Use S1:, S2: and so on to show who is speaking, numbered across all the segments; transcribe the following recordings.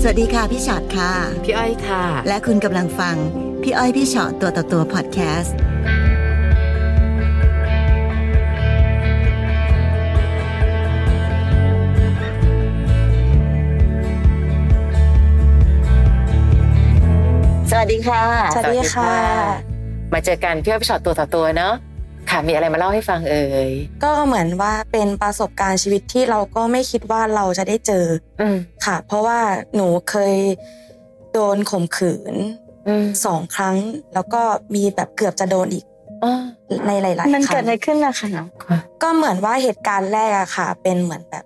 S1: สวัสดีค่ะ พี่ชอตค่ะ
S2: พี่อ้อยค่ะ
S1: และคุณกำลังฟัง พี่อ้อยพี่ชอตตัวต่อตัวพอดแคสต์ สวัสดีค่ะ
S3: สวัสดีค่ะ
S2: มาเจอกันพี่อ้อยพี่ชอตตัวต่อตัวเนาะค่ะมีอะไรมาเล่าให้ฟังเอ่ย
S3: ก็เหมือนว่าเป็นประสบการณ์ชีวิตที่เราก็ไม่คิดว่าเราจะได้เจอ
S2: อืม
S3: ค่ะ เพราะว่าหนูเคยโดนข่มขืน
S2: อืม
S3: สองครั้ง แล้วก็มีแบบเกือบจะโดนอีก
S2: อ๋อ
S3: ในหลายๆครั้ง
S4: มันเกิดอะไรขึ้นนะคะ
S2: ค่ะ
S3: ก็เหมือนว่าเหตุการณ์แรกอะค่ะ เป็นเหมือนแบบ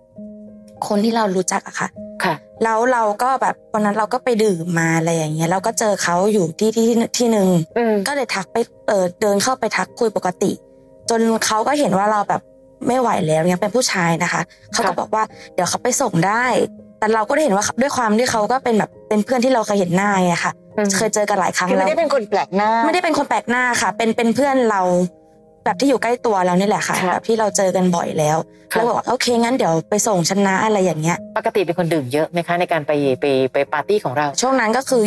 S3: คนที่เรารู้จักอะค่ะ
S2: ค่ะ
S3: แล้วเราก็แบบวันนั้นเราก็ไปดื่มมาอะไรอย่างเงี้ยเราก็เจอเขาอยู่ที่ที่ที่หนึ่ง
S2: อืม
S3: ก็เลยทักไปเออเดินเข้าไปทักคุยปกติ จนเขาก็เห็นว่าเราแบบไม่ไหวแล้วเนี่ยเป็นผู้ชายนะคะเขาก็บอกว่าเดี๋ยวเขาไปส่งได้ แต่เราก็ได้เห็นว่าด้วยความที่เขาก็เป็นแบบเป็นเพื่อนที่เราเคยเห็นหน้าไงค่ะ
S2: อืม
S3: เคยเจอกันหลายครั้ง
S4: คือ
S3: แล้
S4: ไม่
S3: ว
S4: ได้เป็นคนแปลกหน้า
S3: ไม่ได้เป็นคนแปลกหน้าค่ะ เป็นเป็นเพื่อนเรา แบบที่อยู่ใกล้ตัวเรานี่แหละค่ะ
S2: ค่ะ
S3: แบบที่เราเจอกันบ่อยแล้ว
S2: ค่ะ
S3: เราบอกว่าโอเคงั้นเดี๋ยวไปส่งชนะอะไรอย่างเงี้ย
S2: ปกติเป็นคนดื่มเยอะไหมคะ ในการไปไปไปปาร์ตี้ของเรา
S3: ช่วงนั้นก็คือ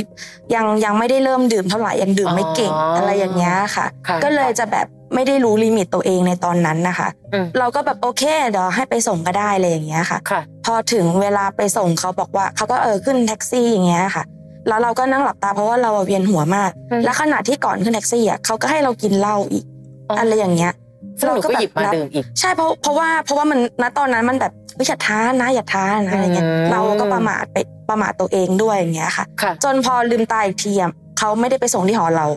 S3: ยังยังไม่ได้เริ่มดื่มเท่าไหร่ยังดื่มไม่เก่ง
S2: อ๋ออ
S3: อะไรอย่างเงี้ยค่ะ
S2: ค่ะ
S3: ก็เลยจะแบบไม่ได้รู้ลิมิตตัวเองในตอนนั้นนะคะ
S2: อืม
S3: เราก็แบบโอเคเดี๋ยวให้ไปส่งก็ได้อะไรอย่างเงี้ยค่ะ
S2: ค่ะ
S3: พอถึงเวลาไปส่งเขาบอกว่าเขาก็เออขึ้นแท็กซี่อย่างเงี้ยค่ะ แล้วเราก็นั่งหลับตาเพราะว่าเราอะเวียนหัวมาก
S2: อืม
S3: และขณะที่ก่อนขึ้นแท็กซี่อ่ะเขาก็ให้เรากินเหล้าอีก อะไรอย่างเงี้ย
S2: ซึ่งหนูก็หยิบมา
S3: เรา
S2: ดื่มอีก
S3: ใช่เพราะเพราะว่าเพราะว่ามันณตอนนั้นมันแบบเฮ้ยอย่าท้านะอย่าท้านะอะไรเงี้ย
S2: อืม
S3: เราก็ประมาทไปประมาทตัวเองด้วยอย่างเงี้ยค่ะ
S2: ค่ะ
S3: จนพอลืมตาอีกทีอะเขาไม่ได้ไปส่งที่หอเรา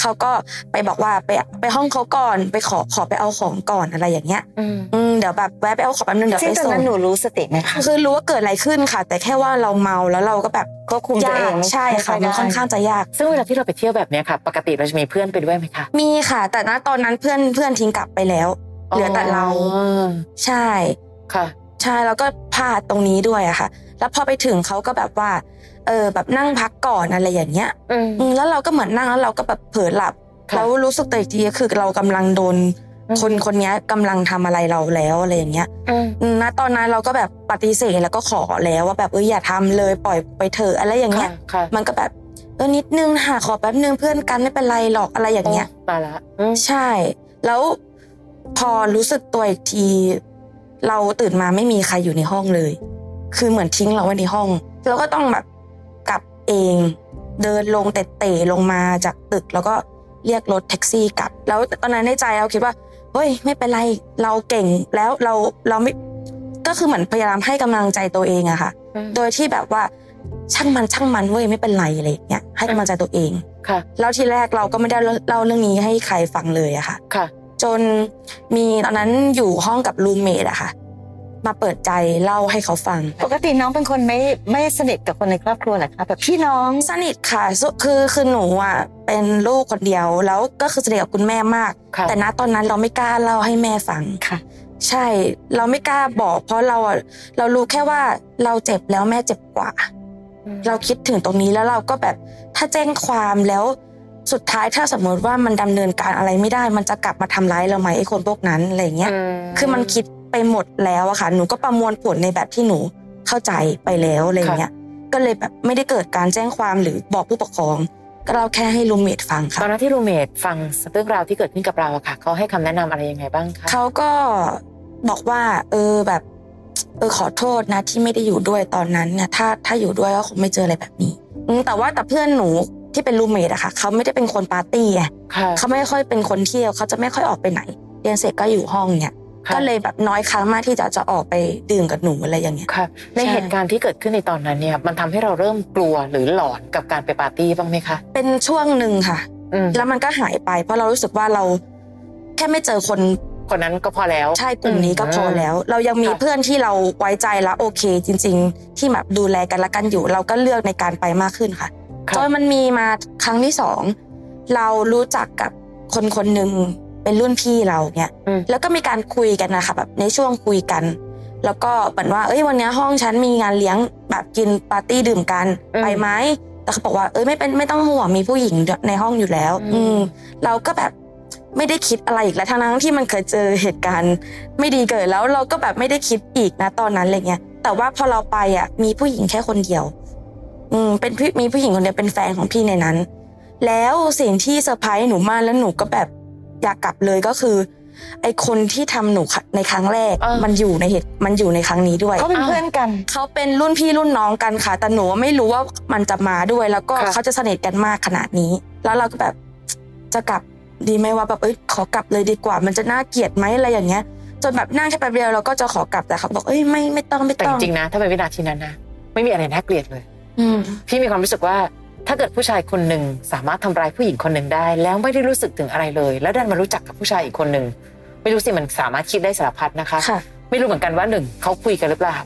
S3: เขาก็ไปบอกว่าไปไปห้องเขาก่อนไปขอขอไปเอาของก่อนอะไรอย่างเงี้ย
S2: อืม
S3: อืมเดี๋ยวแบบแวะไปเอาของแป๊บนึงเดี๋ยว
S4: ซึ่ง
S3: ไป
S4: ตอน
S3: ส่ง
S4: นั้นหนูรู้สติไหมคะ
S3: คือรู้ว่าเกิดอะไรขึ้นค่ะ แต่แค่ว่าเราเมาแล้วเราก็แบบ
S4: ควบคุมตัวเอง
S3: ยากใช่ค่ะ
S4: ไม่ค่อยได้
S3: มันค่อนข้างจะยาก
S2: ซึ่งเวลาที่เราไปเที่ยวแบบเนี้ยค่ะ ปกติเราจะมีเพื่อนไปด้วยไหมคะ
S3: มีค่ะ แต่ณตอนนั้นเพื่อนเพื่อนทิ้งกลับไปแล้ว เหลือแต่เรา
S2: อ๋อ
S3: ใช่
S2: ค่ะ
S3: ใช่แล้วก็พลาดตรงนี้ด้วยอะค่ะ แล้วพอไปถึงเขาก็แบบว่า เออแบบนั่งพักก่อนอะไรอย่างเงี้ย
S2: อืม
S3: อืมแล้วเราก็เหมือนนั่งแล้วเราก็แบบเผลอหลับ
S2: ค่ะ
S3: แล้วรู้สึกตัวอีกทีก็คือเรากำลังโดน
S2: อืม
S3: คนคนเนี้ยกำลังทำอะไรเราแล้วอะไรอย่างเงี้ย
S2: อืม
S3: อืมณตอนนั้นเราก็แบบปฏิเสธแล้วก็ขอแล้วว่าแบบเอออย่าทำเลยปล่อยไปเถอะอะไรอย่าง
S2: ค่ะ
S3: เงี้ย
S2: ค่ะ
S3: มันก็แบบเออนิดนึงค่ะขอแป๊บนึงเพื่อนกันไม่เป็นไรหรอกอะไรอย่างเงี้ย
S2: โตายละอืม
S3: ใช่ แล้วพอรู้สึกตัวอีกที เราตื่นมาไม่มีใครอยู่ในห้องเลย คือเหมือนทิ้งเราไว้ในห้องเราก็ต้องแบบกลับเอง เดินลงเตะๆลงมาจากตึก แล้วก็เรียกรถแท็กซี่กลับ แล้วตอนนั้นในใจเราคิดว่าเฮ้ยไม่เป็นไรเราเก่งแล้วเราเราไม่ก็คือเหมือนพยายามให้กำลังใจตัวเองอะค่ะ
S2: อืม
S3: โดยที่แบบว่าช่างมันช่างมันเว้ยไม่เป็นไรอะไรอย่างเงี้ยให้กำลังใจตัวเอง
S2: ค่ะ
S3: แล้วทีแรกเราก็ไม่ได้เล่าเรื่องนี้ให้ใครฟังเลยอะค่ะ
S2: ค่ะ
S3: จนมีตอนนั้นอยู่ห้องกับรูมเมทอะค่ะ มาเปิดใจเล่าให้เขาฟัง
S4: ปกติน้องเป็นคนไม่ไม่สนิทกับคนในครอบครัวเหรอคะแบบพี่น้อง
S3: สนิทค่ะสุคือคือหนูอะเป็นลูกคนเดียวแล้วก็คือสนิทกับคุณแม่มาก
S2: ค่ะ
S3: แต่ณตอนนั้นเราไม่กล้าเล่าให้แม่ฟัง
S4: ค่ะ
S3: ใช่ เราไม่กล้าบอก เพราะเราอะเรารู้แค่ว่าเราเจ็บแล้วแม่เจ็บกว่า เราคิดถึงตรงนี้แล้วเราก็แบบถ้าแจ้งความแล้วสุดท้ายถ้าสมมติว่ามันดำเนินการอะไรไม่ได้ มันจะกลับมาทำร้ายเราไหมไอ้คนพวกนั้นอะไรอย่างเงี้ย คือมันคิดไปหมดแล้วอะค่ะ หนูก็ประมวลผลในแบบที่หนูเข้าใจไปแล้วอะไรอย่างเงี้ย ก็เลยแบบไม่ได้เกิดการแจ้งความหรือบอกผู้ปกครอง ก็เราแค่ให้รูมเมทฟัง
S2: ตอ
S3: ค่ะ
S2: นนั้นที่รูเมทฟังเรื่องราวที่เกิดขึ้นกับเราอะค่ะเขาให้คำแนะนำอะไรยังไงบ้างคะ
S3: เขาก็บอกว่า เออแบบ เออขอโทษนะที่ไม่ได้อยู่ด้วยตอนนั้นเนี่ยถ้าถ้าอยู่ด้วยก็คงไม่เจออะไรแบบนี้อืมแต่ว่าแต่เพื่อนหนูที่เป็นรูมเมทอะค่ะเขาไม่ได้เป็นคนปาร์ตี้ไง
S2: ค่ะ
S3: เขาไม่ค่อยเป็นคนเที่ยวเขาจะไม่ค่อยออกไปไหน เรียนเสร็จก็อยู่ห้องเนี่ย
S2: ค่ะ
S3: ก็เลยแบบน้อยครั้งมากที่จะจะออกไปดื่มกับหนูอะไรอย่างเงี้ย
S2: ค่ะ ใน
S3: ใช่
S2: เหตุการณ์ที่เกิดขึ้นในตอนนั้นเนี่ย มันทำให้เราเริ่มกลัวหรือหลอนกับการไปปาร์ตี้บ้างไหมคะ
S3: เป็นช่วงหนึ่งค่ะ
S2: อืม
S3: แล้วมันก็หายไป เพราะเรารู้สึกว่าเราแค่ไม่เจอคน
S2: คนนั้นก็พอแล้ว
S3: ใช่กลุ่มนี้ก็พอแล้ว เรายังมี
S2: ค่ะ
S3: เพื่อนที่เราไว้ใจและโอเค จริง ๆ ที่แบบดูแลกันและกันอยู่ เราก็เลือกในการไปมากขึ้นค่ะ จ
S2: ค่ะ
S3: นมันมีมาครั้งที่สองเรารู้จักกับคนคนหนึ่งเป็นรุ่นพี่เราเนี่ย
S2: อืม
S3: แล้วก็มีการคุยกันนะคะแบบในช่วงคุยกัน แล้วก็เหมือนว่า เอ้ยวันเนี้ยห้องฉันมีงานเลี้ยงแบบกินปาร์ตี้ดื่มกันไปไหมแต่เขาบอกว่าเอ้ยไม่เป็นไม่ต้องห่วงมีผู้หญิงในห้องอยู่แล้ว อืมเราก็แบบไม่ได้คิดอะไรอีกแล้วทั้งนั้นที่มันเคยเจอเหตุการณ์ ไม่ดีเกิดแล้วเราก็แบบไม่ได้คิดอีกนะตอนนั้นอะไรเงี้ยแต่ว่าพอเราไปอ่ะมีผู้หญิงแค่คนเดียว อืมเป็นพี่มีผู้หญิงคนเดียวเป็นแฟนของพี่ในนั้น แล้วสิ่งที่เซอร์ไพรส์หนูมากแล้วหนูก็แบบอยากกลับเลยก็คือ ไอคนที่ทำหนูในครั้งแรก
S2: เออ
S3: มันอยู่ในเหตุมันอยู่ในครั้งนี้ด้วย
S4: เขาเป็น
S2: อ้าว
S4: เพื่อนกัน
S3: เขาเป็นรุ่นพี่รุ่นน้องกันค่ะแต่หนูไม่รู้ว่ามันจะมาด้วย แล้วก็
S2: ค่ะ
S3: เขาจะสนิทกันมากขนาดนี้ แล้วเราก็แบบจะกลับดีไหมว่าแบบเอ้ยขอกลับเลยดีกว่า มันจะน่าเกลียดไหมอะไรอย่างเงี้ย จนแบบนั่งแค่แป๊บเดียวเราก็จะขอกลับแต่เขาบอกเอ้ยไม่ไม่ต้องไม่
S2: แต่
S3: ต้
S2: จ
S3: อง
S2: ริงๆนะ ถ้าเป็นวินาทีนั้นนะไม่มีอะไรน่าเกลียดเลย
S3: อืม
S2: พี่มีความรู้สึกว่าถ้าเกิดผู้ชายคนหนึ่งสามารถทำร้ายผู้หญิงคนหนึ่งได้ แล้วไม่ได้รู้สึกถึงอะไรเลย แล้วดันมารู้จักกับผู้ชายอีกคนหนึ่งไม่รู้สิมันสามารถคิดได้สารพัดนะคะ
S3: ค่ะ
S2: ไม่รู้เหมือนกันว่าหนึ่งเขาคุยกันหรือเปล่า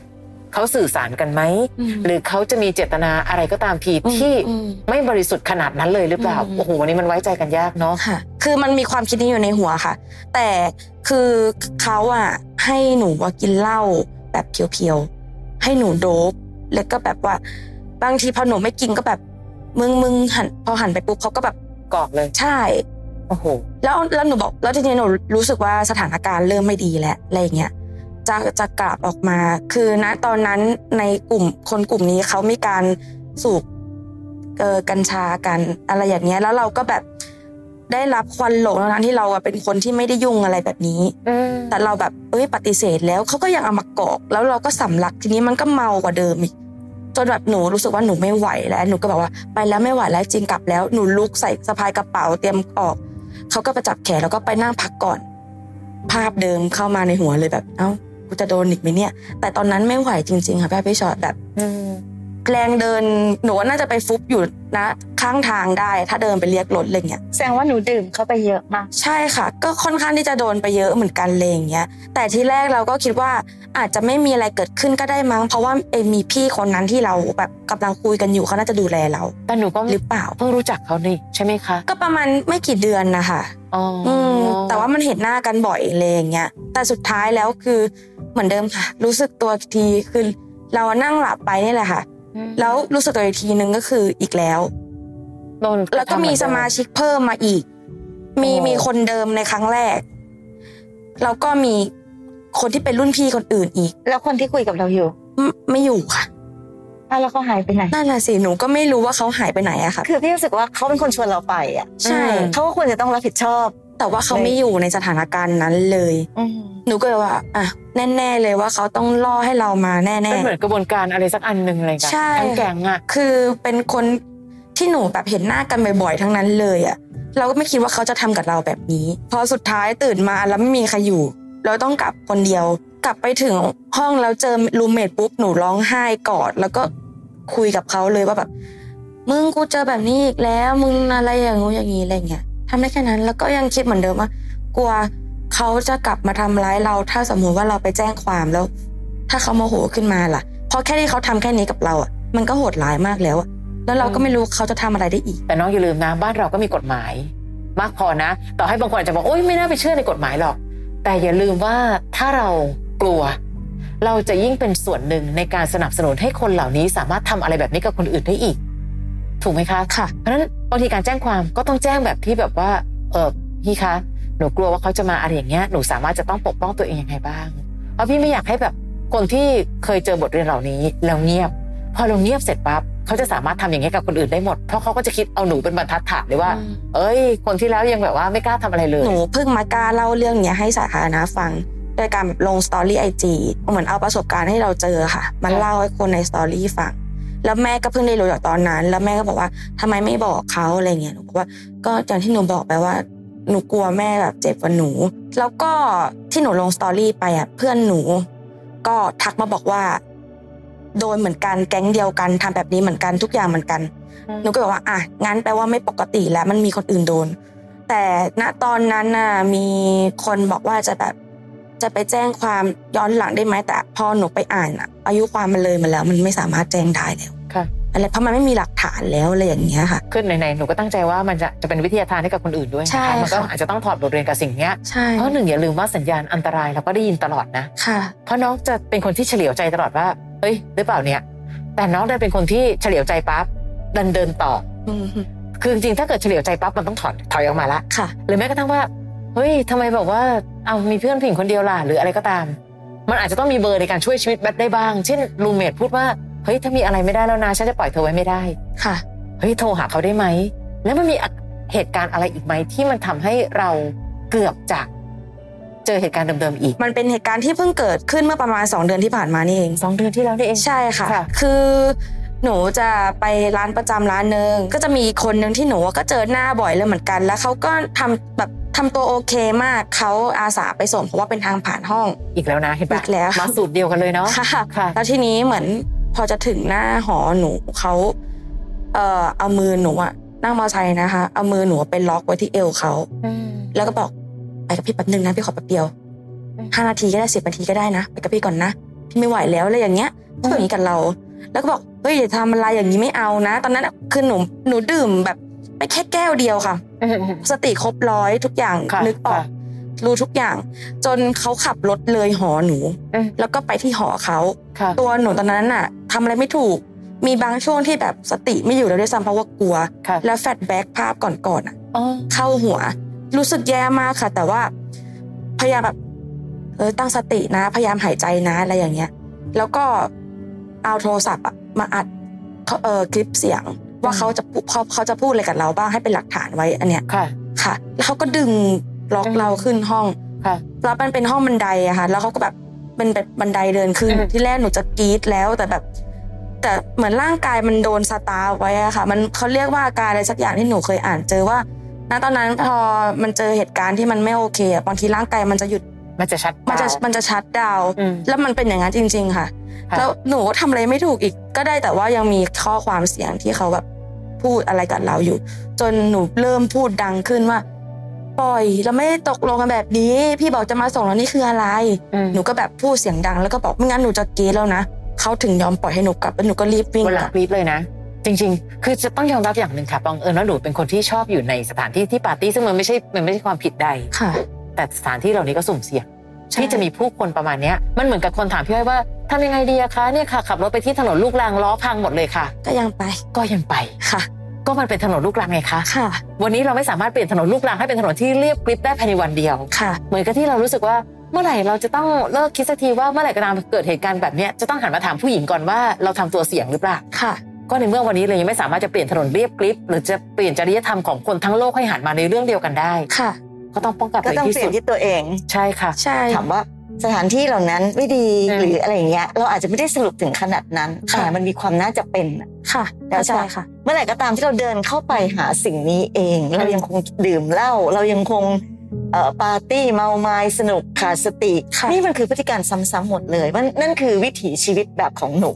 S2: เขาสื่อสารกันไหม
S3: อืม
S2: หรือเขาจะมีเจตนาอะไรก็ตามที
S3: อืม
S2: ที่
S3: อืม
S2: ไม่บริสุทธิ์ขนาดนั้นเลยหรือเปล่า
S3: อืม
S2: โอ้โหวันนี้มันไว้ใจกันยากเนาะ
S3: ค่ะ คือมันมีความคิดนี้อยู่ในหัวค่ะ แต่คือเขาอะให้หนูว่ากินเหล้าแบบเพียวๆ ให้หนูโดบแล้วก็แบบว่า บางทีพอหนูไม่กินก็แบบ มึงมึงหันพอหันไปปุ๊บเขาก็แบบ
S2: กอกเลย
S3: ใช่
S2: โอ้โห
S3: แล้วแล้วหนูบอกแล้วทีนี้หนูรู้สึกว่าสถานการณ์เริ่มไม่ดีแล้วอะไรอย่างเงี้ยจะจะกลับออกมา คือณตอนนั้นในกลุ่มคนกลุ่มนี้เขามีการสูบเอ่อกัญชากันอะไรอย่างเงี้ย แล้วเราก็แบบได้รับควันหลงแล้วนะที่เราอะเป็นคนที่ไม่ได้ยุ่งอะไรแบบนี้ แต่เราแบบเอ้ยปฏิเสธแล้วเขาก็ยังเอามากอก แล้วเราก็สำลักทีนี้มันก็เมากว่าเดิมอีกจนแบบหนูรู้สึกว่าหนูไม่ไหวแล้ว หนูก็แบบว่าไปแล้วไม่ไหวแล้วจริงกลับแล้วหนูลุกใส่สะพายกระเป๋าเตรียมออกเขาก็ประจับแขนแล้วก็ไปนั่งพักก่อน ภาพเดิมเข้ามาในหัวเลยแบบเอ้ากูจะโดนอีกไหมเนี่ย แต่ตอนนั้นไม่ไหวจริงๆค่ะพี่อ้อยพี่ชอตแบบ แรงเดินหนูว่าน่าจะไปฟุบอยู่นะ ข้างทางได้ ถ้าเดินไปเรียกรถอะไรเงี้ย
S4: แสดงว่าหนูดื่มเข้าไปเยอะมาก
S3: ใช่ค่ะ ก็ค่อนข้างที่จะโดนไปเยอะเหมือนกันเลยอย่างเงี้ย แต่ที่แรกเราก็คิดว่าอาจจะไม่มีอะไรเกิดขึ้นก็ได้มั้ง เพราะว่าเอมีพี่คนนั้นที่เราแบบกำลังคุยกันอยู่เขาน่าจะดูแลเรา
S2: แต่หนูก็
S3: หรือเปล่า
S2: เพิ่งรู้จักเขานี่ใช่ไหมคะ
S3: ก็ประมาณไม่กี่เดือนนะคะ
S2: อ๋ออ
S3: อืมแต่ว่ามันเห็นหน้ากันบ่อยเลยอย่างเงี้ย แต่สุดท้ายแล้วคือเหมือนเดิมค่ะ รู้สึกตัวอีกทีคือเรานั่งหลับไปนี่แหละค่ะ
S2: อืม
S3: แล้วรู้สึกตัวอีกทีนึงก็คืออีกแล้ว
S2: โดน
S3: แล้วก็มีสมา
S2: ธิ
S3: ชิกเพิ่มมาอีก มี
S2: โอ้
S3: มีคนเดิมในครั้งแรก แล้วก็มีคนที่เป็นรุ่นพี่คนอื่นอีก
S4: แล้วคนที่คุยกับเราอยู่
S3: ไม่ไม่อยู่ค่ะ
S4: อ้าวแล้วเขาหายไปไหน
S3: นั่นน่ะสิ หนูก็ไม่รู้ว่าเขาหายไปไหนอะค่ะ
S4: คือพี่รู้สึกว่าเขาเป็นคนชวนเราไปอ่ะ
S3: ใช่
S4: เขาก็ควรจะต้องรับผิดชอบ
S3: แต่ว่าเขาไม่อยู่ในสถานการณ์นั้นเลย
S4: อืม
S3: หนูก็เลยว่า อ่ะ แน่ ๆ เลยว่าเขาต้องล่อให้เรามาแน่
S2: เป็นเหมือนกระบวนการอะไรสักอันหนึ่งอะไรกัน
S3: ใช่
S2: ทั้งแกงอ่ะ
S3: ๆ คือเป็นคนที่หนูแบบเห็นหน้ากันบ่อยๆ ทั้งนั้นเลยอะเราก็ไม่คิดว่าเขาจะทำกับเราแบบนี้ พอสุดท้ายตื่นมาแล้วไม่มีใครอยู่ เราต้องกลับคนเดียว กลับไปถึงห้องแล้วเจอรูมเมทปุ๊บหนูร้องไห้กอด แล้วก็คุยกับเขาเลยว่าแบบ มึงกูเจอแบบนี้อีกแล้วมึงอะไรอย่างงู้นอย่างนี้อะไรเงี้ยทำได้แค่นั้นแล้วก็ยังคิดเหมือนเดิมว่ากลัวเขาจะกลับมาทำร้ายเรา ถ้าสมมุติว่าเราไปแจ้งความแล้ว ถ้าเขาโมโหขึ้นมาล่ะเพราะแค่ที่เขาทำแค่นี้กับเราอ่ะมันก็โหดร้ายมากแล้วอะแล้วเราก็ไม่รู้เขาจะทำอะไรได้อีก
S2: แต่น้องอย่าลืมนะบ้านเราก็มีกฎหมาย มากพอนะ ต่อให้บางคนอาจจะบอกโอ๊ยไม่น่าไปเชื่อในกฎหมายหรอก แต่อย่าลืมว่าถ้าเรากลัว เราจะยิ่งเป็นส่วนหนึ่งในการสนับสนุนให้คนเหล่านี้สามารถทำอะไรแบบนี้กับคนอื่นได้อีก ถูกไหมคะ
S3: ค่ะ
S2: เพราะฉะนั้นบางทีการแจ้งความก็ต้องแจ้งแบบที่แบบว่า เออพี่คะหนูกลัวว่าเขาจะมาอะไรอย่างเงี้ยหนูสามารถจะต้องปกป้องตัวเองยังไงบ้างเพราะพี่ไม่อยากให้แบบคนที่เคยเจอบทเรียนเหล่านี้แล้วเงียบ พอเราเงียบเสร็จปั๊บเขาจะสามารถทำอย่างเงี้ยกับคนอื่นได้หมดเพราะเขาก็จะคิดเอาหนูเป็นบรรทัดฐานเลยว่า เอ้ย คนที่แล้วยังแบบว่าไม่กล้าทำอะไรเลย
S3: หนูเพิ่งมากล้าเล่าเรื่องเนี้ยให้สาธารณะฟัง โดยการแบบลงสตอรี่ไอจีเหมือนเอาประสบการณ์ให้เราเจอค่ะ มันเล่าให้คนในสตอรี่ฟัง แล้วแม่ก็เพิ่งได้รู้จากตอนนั้น แล้วแม่ก็บอกว่าทำไมไม่บอกเขาอะไรเงี้ยหนูบอกว่าก็อย่างที่หนูบอกไปว่าหนูกลัวแม่แบบเจ็บกว่าหนู แล้วก็ที่หนูลงสตอรี่ไปอ่ะเพื่อนหนู ก็ทักมาบอกว่า โดนเหมือนกันแก๊งเดียวกันทำแบบนี้เหมือนกันทุกอย่างเหมือนกัน
S2: อืม
S3: หนูก็บอกว่าอ่ะงั้นแปลว่าไม่ปกติแล้วมันมีคนอื่นโดน แต่ณตอนนั้นน่ะมีคนบอกว่าจะแบบจะไปแจ้งความย้อนหลังได้ไหมแต่พอหนูไปอ่านอะอายุความมันเลยมาแล้ว มันไม่สามารถแจ้งได้แล้ว
S2: ค่ะ
S3: อะไรเพราะมันไม่มีหลักฐานแล้วอะไรอย่างเงี้ยค่ะ
S2: ขึ้นไหนๆหนูก็ตั้งใจว่ามันจะจะเป็นวิทยาทานให้กับคนอื่นด้วย
S3: ใช่
S2: นะคะมันก็
S3: ค่ะ
S2: อาจจะต้องถอดบทเรียนกับสิ่งเนี้ย
S3: ใช่
S2: เพราะหนึ่งอย่าลืมว่าสัญญาณอันตรายเราก็ได้ยินตลอดนะ
S3: ค่ะ
S2: เพราะน้องจะเป็นคนที่เฉลียวใจตลอดว่า เฮ้ย หรือเปล่าเนี่ย แต่น้องได้เป็นคนที่เฉลียวใจปั๊บดันเดินต่อ
S3: อืม
S2: คือจริงๆ ถ้าเกิดเฉลียวใจปั๊บมันต้องถอนถอยออกมาละ
S3: ค่ะ
S2: หรือแม้กระทั่งว่า เฮ้ยทำไมแบบว่า เอามีเพื่อนผู้หญิงคนเดียวล่ะ หรืออะไรก็ตาม มันอาจจะต้องมีเบอร์ในการช่วยชีวิตแบทได้บ้าง เช่นรูเมทพูดว่า เฮ้ยถ้ามีอะไรไม่ได้แล้วนะฉันจะปล่อยเธอไว้ไม่ได้
S3: ค่ะ
S2: เฮ้ยโทรหาเขาได้ไหม แล้วมันมีอะเหตุการณ์อะไรอีกไหมที่มันทำให้เราเกือบจะเจอเหตุการณ์เดิมๆอีก
S3: มันเป็นเหตุการณ์ที่เพิ่งเกิดขึ้นเมื่อประมาณ 2 เดือนที่ผ่านมานี่เอง
S2: สองเดือนที่แล้วนี่เอง
S3: ใช่ค่ะ
S2: ค่ะ
S3: คือหนูจะไปร้านประจำร้านหนึ่งก็จะมีอีกคนหนึ่งที่หนูก็เจอหน้าบ่อยแล้วเหมือนกัน แล้วเขาก็ทำแบบทำตัวโอเคมากเขาอาสาไปส่งเพราะว่าเป็นทางผ่านห้อง
S2: อีกแล้วนะเห็นปะ
S3: อีกแล้ว
S2: มาสูตรเดียวกันเลยเนาะ
S3: ค่ะ
S2: ค่ะ
S3: แล้วทีนี้เหมือนพอจะถึงหน้าหอหนูเขาเอ่อเอามือหนูอะนั่งมอเตอร์ไซค์นะคะ เอามือหนูไปล็อกไว้ที่เอวเขา แล้วก็บอกไปกับพี่แป๊บนึงนะพี่ขอแป๊บเดียว
S2: อืม
S3: ห้านาทีก็ได้สิบนาทีก็ได้นะไปกับพี่ก่อนนะพี่ไม่ไหวแล้วอะไรอย่างเงี้ยพูดแบบนี้กับเรา แล้วก็บอกเฮ้ยอย่าทำอะไรอย่างนี้ไม่เอานะ ตอนนั้นอะคือหนูหนูดื่มแบบไปแค่แก้วเดียวค่ะ
S2: อืม
S3: สติครบร้อยทุกอย่าง
S2: ค่ะ
S3: นึกออก
S2: ค่ะ
S3: รู้ทุกอย่าง จนเขาขับรถเลยหอหนู
S2: อืม
S3: แล้วก็ไปที่หอเขา
S2: ค่ะ
S3: ตัวหนูตอนนั้นน่ะทำอะไรไม่ถูก มีบางช่วงที่แบบสติไม่อยู่แล้วด้วยซ้ำเพราะว่ากลัว
S2: ค่ะ
S3: แล้วแฟลชแบ็กภาพก่อนๆอ่ะ
S2: อ๋อ
S3: เข้าหัว รู้สึกแย่มากค่ะ แต่ว่าพยายามแบบเออตั้งสตินะ พยายามหายใจนะอะไรอย่างเงี้ย แล้วก็เอาโทรศัพท์อะมาอัดเขาเออคลิปเสียง ว่า
S2: อืม
S3: เขาจะพูดเขาเขาจะพูดอะไรกับเราบ้างให้เป็นหลักฐานไว้อันเนี้ย
S2: ค่ะ
S3: ค่ะ แล้วเขาก็ดึงล็อก
S2: อืม
S3: เราขึ้นห้อง
S2: ค่ะ
S3: แล้วมันเป็นห้องบันไดอะค่ะ แล้วเขาก็แบบเป็นแบบบันไดเดินขึ้น
S2: อืม
S3: ที่แรกหนูจะกรีดแล้วแต่แบบ แต่เหมือนร่างกายมันโดนสตาร์ฟไว้อะค่ะ มันเขาเรียกว่าอาการอะไรสักอย่างที่หนูเคยอ่านเจอว่าณตอนนั้นพอมันเจอเหตุการณ์ที่มันไม่โอเคอะบางทีร่างกายมันจะหยุด
S2: มันจะชัด
S3: มันจะ
S2: เปล่า
S3: มันจะชัดดาวน์
S2: อืม
S3: แล้วมันเป็นอย่างนั้นจริง ๆ ค่ะ
S2: ค่ะ
S3: แล้วหนูก็ทำอะไรไม่ถูกอีก ก็ได้แต่ว่ายังมีข้อความเสียงที่เขาแบบพูดอะไรกับเราอยู่ จนหนูเริ่มพูดดังขึ้นว่า ปล่อยเราไม่ได้ตกลงกันแบบนี้ พี่บอกจะมาส่งแล้วนี่คืออะไร
S2: อืม
S3: หนูก็แบบพูดเสียงดัง แล้วก็บอกไม่งั้นหนูจะกรีดแล้วนะเขาถึงยอมปล่อยให้หนูกลับแล้วหนูก็รีบวิ่ง
S2: วันห
S3: ก
S2: ลั
S3: ลั
S2: ง
S3: บ
S2: กรีดเลยนะ จริง ๆ คือจะต้องยอมรับอย่างหนึ่งค่ะบังเอิญว่าหนูเป็นคนที่ชอบอยู่ในสถานที่ที่ปาร์ตี้ซึ่งมันไม่ใช่มันไม่ใช่ความผิดใด
S3: ค่ะ
S2: แต่สถานที่เหล่านี้ก็สุ่มเสี่ยง
S3: ใช่
S2: ที่จะมีผู้คนประมาณเนี้ยมันเหมือนกับคนถามพี่อ้อยว่าทำยังไงดีอะคะเนี่ยค่ะขับรถไปที่ถนนลูกรังล้อพังหมดเลยค่ะ
S3: ก็ยังไป
S2: ก็ยังไป
S3: ค่ะ
S2: ก็มันเป็นถนนลูกรังไงคะ
S3: ค่ะ
S2: วันนี้เราไม่สามารถเปลี่ยนถนนลูกรังให้เป็นถนนที่เรียบกริบได้ภายในวันเดียว
S3: ค่ะ
S2: เหมือนกับที่เรารู้สึกว่าเมื่อไหร่เราจะต้องเลิกคิดสักทีว่าเมื่อไหร่ก็ตามเกิดเหตุการณ์แบบเนี้ยจะต้องหันมาถามผู้หญิงก่อนว่าเราทำตัวเสี่ยงหรือเปล่า
S3: ค่ะ
S2: ก็ในเมื่อวันนี้เรายังไม่สามารถจะเปลี่ยนถนนเรียบกริบหรือจะเปลี่ยนจริยธรรมของคนทั้งโลกให้หันมาในเรื่องเดียวกันได้
S3: ค่ะ
S2: ก็ต้องป้องกันตั
S4: ก็
S2: วเอ
S4: ต้อง
S2: ง
S4: เป
S2: ที่
S4: ลี่
S2: สุ
S4: ย
S2: ด
S4: นที่ตัวเอง
S2: ใช่ค่ะ
S3: ใช่
S4: ถามว่าสถานที่เหล่านั้นไม่ดี
S2: อืม
S4: หรืออะไรอย่างเงี้ยเราอาจจะไม่ได้สรุปถึงขนาดนั้นแต่มันมีความน่าจะเป็น
S3: ค่ะ
S4: เดี๋ยวจะ
S3: ใช่ค่ะ
S4: เมื่อไหร่ก็ตามที่เราเดินเข้าไปหาสิ่งนี้เอง เรายังคงดื่มเหล้าเรายังคงเอ่อปาร์ตี้เมาไม้สนุกขาดสติ
S3: ค่ะ
S4: นี่มันคือพฤติการซ้ำๆหมดเลยมันนั่นคือวิถีชีวิตแบบของหนู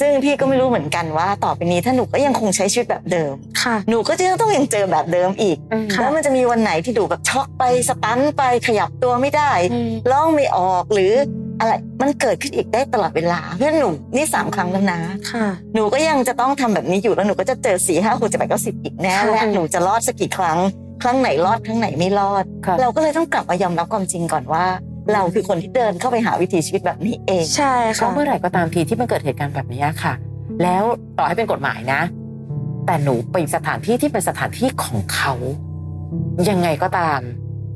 S4: ซึ่งพี่ก็ไม่รู้เหมือนกันว่า ต่อไปนี้ถ้าหนูก็ยังคงใช้ชีวิตแบบเดิม
S3: ค่ะ
S4: หนูก็จะต้องยังเจอแบบเดิมอีก
S3: ค่ะ
S4: แล้วมันจะมีวันไหนที่ดูแบบช็อกไปสตันไปขยับตัวไม่ได้ ร้องไม่ออกหรืออะไรมันเกิดขึ้นอีกได้ตลอดเวลา เพื่อนหนูนี่สามครั้งแล้วนะ
S3: ค่ะ
S4: หนูก็ยังจะต้องทำแบบนี้อยู่แล้วหนูก็จะเจอสี่ห้าหกเจ็ดแปดเก้าสิบอีกแน่
S3: ค่ะ
S4: และหนูจะรอดสักกี่ครั้ง ครั้งไหนรอดครั้งไหนไม่รอด
S2: ค่ะ
S4: เราก็เลยต้องกลับมายอมรับความจริงก่อนว่า เราคือคนที่เดินเข้าไปหาวิถีชีวิตแบบนี้เอง
S3: ใช่
S2: ก็
S3: ค่ะ
S2: เมื่อไหร่ก็ตามทีที่มันเกิดเหตุการณ์แบบเนี้ยค่ะ แล้วต่อให้เป็นกฎหมายนะ แต่หนูไปสถานที่ที่เป็นสถานที่ของเขา ยังไงก็ตาม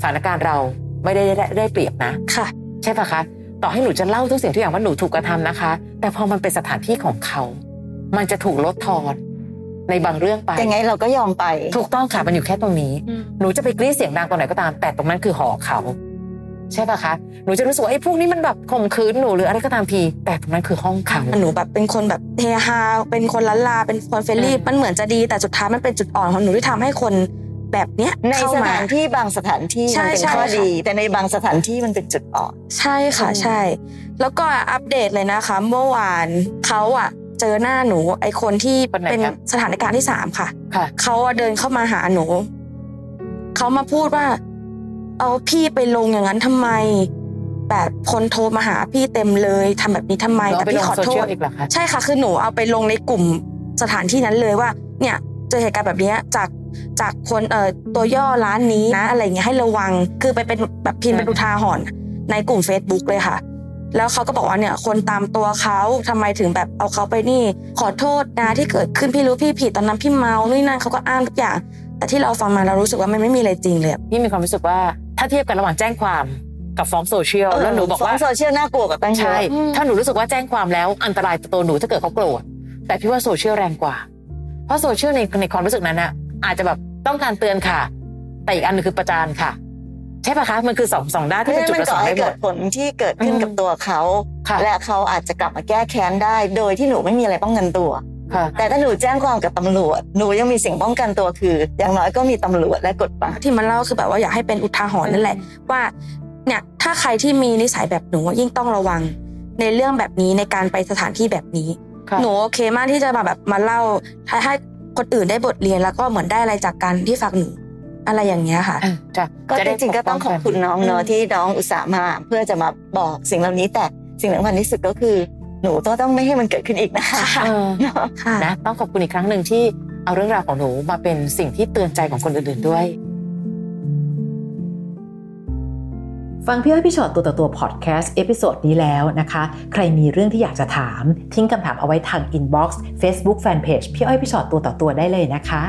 S2: สถานการณ์เราไม่ได้ได้ได้เปรียบนะ
S3: ค่ะ
S2: ใช่ปะคะ ต่อให้หนูจะเล่าทุกสิ่งทุกอย่างว่าหนูถูกกระทำนะคะ แต่พอมันเป็นสถานที่ของเขา มันจะถูกลดทอนในบางเรื่องไป
S4: ยังไงเราก็ยอมไป
S2: ถูกต้องค่ะ มันอยู่แค่ตรงนี้ หนูจะไปกรีดเสียงดังตรงไหนก็ตาม แต่ตรงนั้นคือหอเขา ใช่ปะคะ หนูจะรู้สึกว่าไอ้พวกนี้มันแบบข่มขืนหนูหรืออะไรก็ตามที แต่ตรงนั้นคือห้องเขา
S3: หนูแบบเป็นคนแบบเฮฮา เป็นคนล้านลา เป็นคนเฟรนลี่
S2: อืม
S3: มันเหมือนจะดี แต่สุดท้ายมันเป็นจุดอ่อนของหนูที่ทำให้คนแบบเนี้ย
S4: ใน
S3: เข้า
S4: ส
S3: มา
S4: ถานที่บางสถานที่มั
S3: ใช่
S4: นเป็น
S3: ใช่
S4: ข้อ
S3: ค่ะ
S4: ดี แต่ในบางสถานที่มันเป็นจุดอ่อน
S3: ใช่ค่ะ
S4: อืม
S3: ใช่ แล้วก็อัปเดตเลยนะคะ เมื่อวานเขาอะเจอหน้าหนู ไอคนที่
S2: คนไหน
S3: เป็น
S2: ครับ
S3: สถานการณ์ที่สามค่ะ
S2: ค่ะ
S3: เขาอะเดินเข้ามาหาหนู เขามาพูดว่า เอาพี่ไปลงอย่างนั้นทำไม แบบคนโทรมาหาพี่เต็มเลยทำแบบนี้ทำไม
S2: เรา
S3: แต่
S2: ไปล
S3: พี่
S2: ง
S3: ขอ
S2: โซ
S3: โท
S2: เชียล
S3: ษ
S2: อีกเหรอคะ
S3: ใช่ค่ะ คือหนูเอาไปลงในกลุ่มสถานที่นั้นเลยว่า เนี่ยเจอเหตุการณ์แบบเนี้ยจากจากคนเอ่อตัวย่อร้านนี้นะอะไรเงี้ยให้ระวัง คือไปเป็นแบบพิมพ์เป็น
S2: อืม
S3: อุทาหรณ์ในกลุ่ม Facebook เลยค่ะ แล้วเขาก็บอกว่าเนี่ยคนตามตัวเขาทำไมถึงแบบเอาเขาไปนี่ ขอโทษนะที่เกิดขึ้นพี่รู้พี่ผิดตอนนั้นพี่เมานู่นนนั่นเขาก็อ้างทุกอย่าง แต่ที่เราฟังมาเรารู้สึกว่ามันไม่มีอะไรจริงเลยอะ
S2: พี่มีความรู้สึกว่าถ้าเทียบกันระหว่างแจ้งความ กับฟ้องโซเชียล
S4: เ
S2: แล้วหนูบอก
S4: ฟ้
S2: ว่า
S4: งโซเชียลน่ากลัวกับตั้งเย
S2: ใช่
S4: อะ
S2: ถ้าหนูรู้สึกว่าแจ้งความแล้วอันตรายต่อตัวหนูถ้าเกิดเขาโกรธ แต่พี่ว่าโซเชียลแรงกว่า เพราะโซเชียลในในความรู้สึกนั้นอะอาจจะแบบต้องการเตือนค่ะ แต่อีกอันหนึงคือประจานค่ะ ใช่ปะคะ มันคือสองสองด้านที่เป็นจุด
S4: มั
S2: ประส
S4: ก่อ
S2: งค์
S4: ให้
S2: ได้หม
S4: เกิ
S2: ด
S4: ดผลที่เกิดขึ้น
S2: อืม
S4: กับตัวเขา
S2: ค่ะ
S4: และเขาอาจจะกลับมาแก้แค้นได้ โดยที่หนูไม่มีอะไรป้องกันตัว
S2: ค่ะ
S4: แต่ถ้าหนูแจ้งความกับตำรวจ หนูยังมีสิ่งป้องกันตัวคือ อย่างน้อยก็มีตำรวจและกฎหมาย
S3: ที่มันเล่าคือแบบว่าอยากให้เป็นอุทาหรณ์นั่นแหละ ว่าเนี่ยถ้าใครที่มีนิสัยแบบหนูอะยิ่งต้องระวังในเรื่องแบบนี้ในการไปสถานที่แบบนี้
S2: ค่ะ
S3: หนูโอเคมากที่จะมาแบบมาเล่าให้ให้คนอื่นได้บทเรียนแล้วก็เหมือนได้อะไรจากการที่ฟังหนูอะไรอย่างเงี้ยค่ะ
S2: อ่ะจ้ะ
S4: ก็
S2: จะ
S4: จ
S2: ได้
S4: ริงๆก็ต้องขอบคุณน้องเนอะที่น้องอุตส่าห์มาเพื่อจะมาบอกสิ่งเหล่านี้แต่สิ่งสำคัญที่สุดก็คือ หนูต้องไม่ให้มันเกิดขึ้นอีกนะคะ
S2: เออ
S4: เนอะ
S3: ค่ะ
S2: นะต้องขอบคุณอีกครั้งหนึ่งที่เอาเรื่องราวของหนูมาเป็นสิ่งที่เตือนใจของคนอื่นๆด้วย
S5: ฟังพี่อ้อยพี่ชอตตัวต่อตัวพอดแคสต์เอพิโซดนี้แล้วนะคะ ใครมีเรื่องที่อยากจะถาม ทิ้งคำถามเอาไว้ทางอินบ็อกซ์เฟซบุ๊กแฟนเพจพี่อ้อยพี่ชอตตัวต่อตัวได้เลยนะคะ